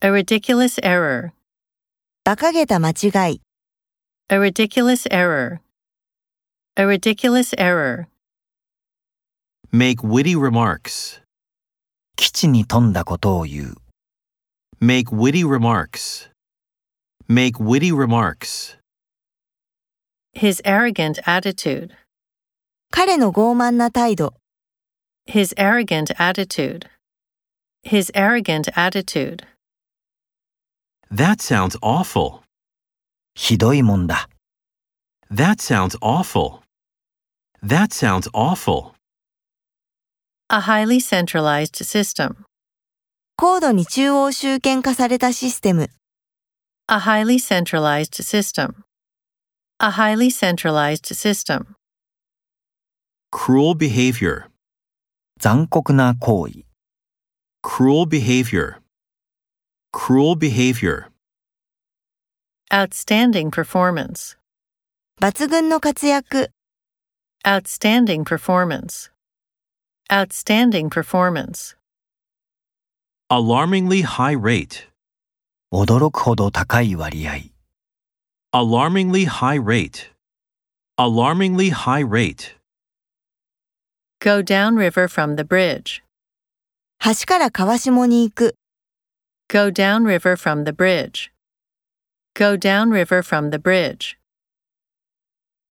A ridiculous error. 馬鹿げた間違い、 A ridiculous error. A ridiculous error. Make witty remarks. 基地に富んだことを言う。 Make witty remarks. Make witty remarks. His arrogant attitude. 彼の傲慢な態度、 His arrogant attitude. His arrogant attitude. That sounds awful. ひどいもんだ。 That sounds awful. That sounds awful. A highly centralized system. 高度に中央集権化されたシステム、 A highly centralized system. A highly centralized system. Cruel behavior. 残酷な行為。 Cruel behavior. Cruel behavior. Outstanding performance. 抜群の活躍、 Outstanding performance. Outstanding performance. Alarmingly high rate. 驚くほど高い割合。 Alarmingly high rate. Alarmingly high rate. Go downriver from the bridge. 橋から川下に行く、 Go downriver from the bridge. Go downriver from the bridge.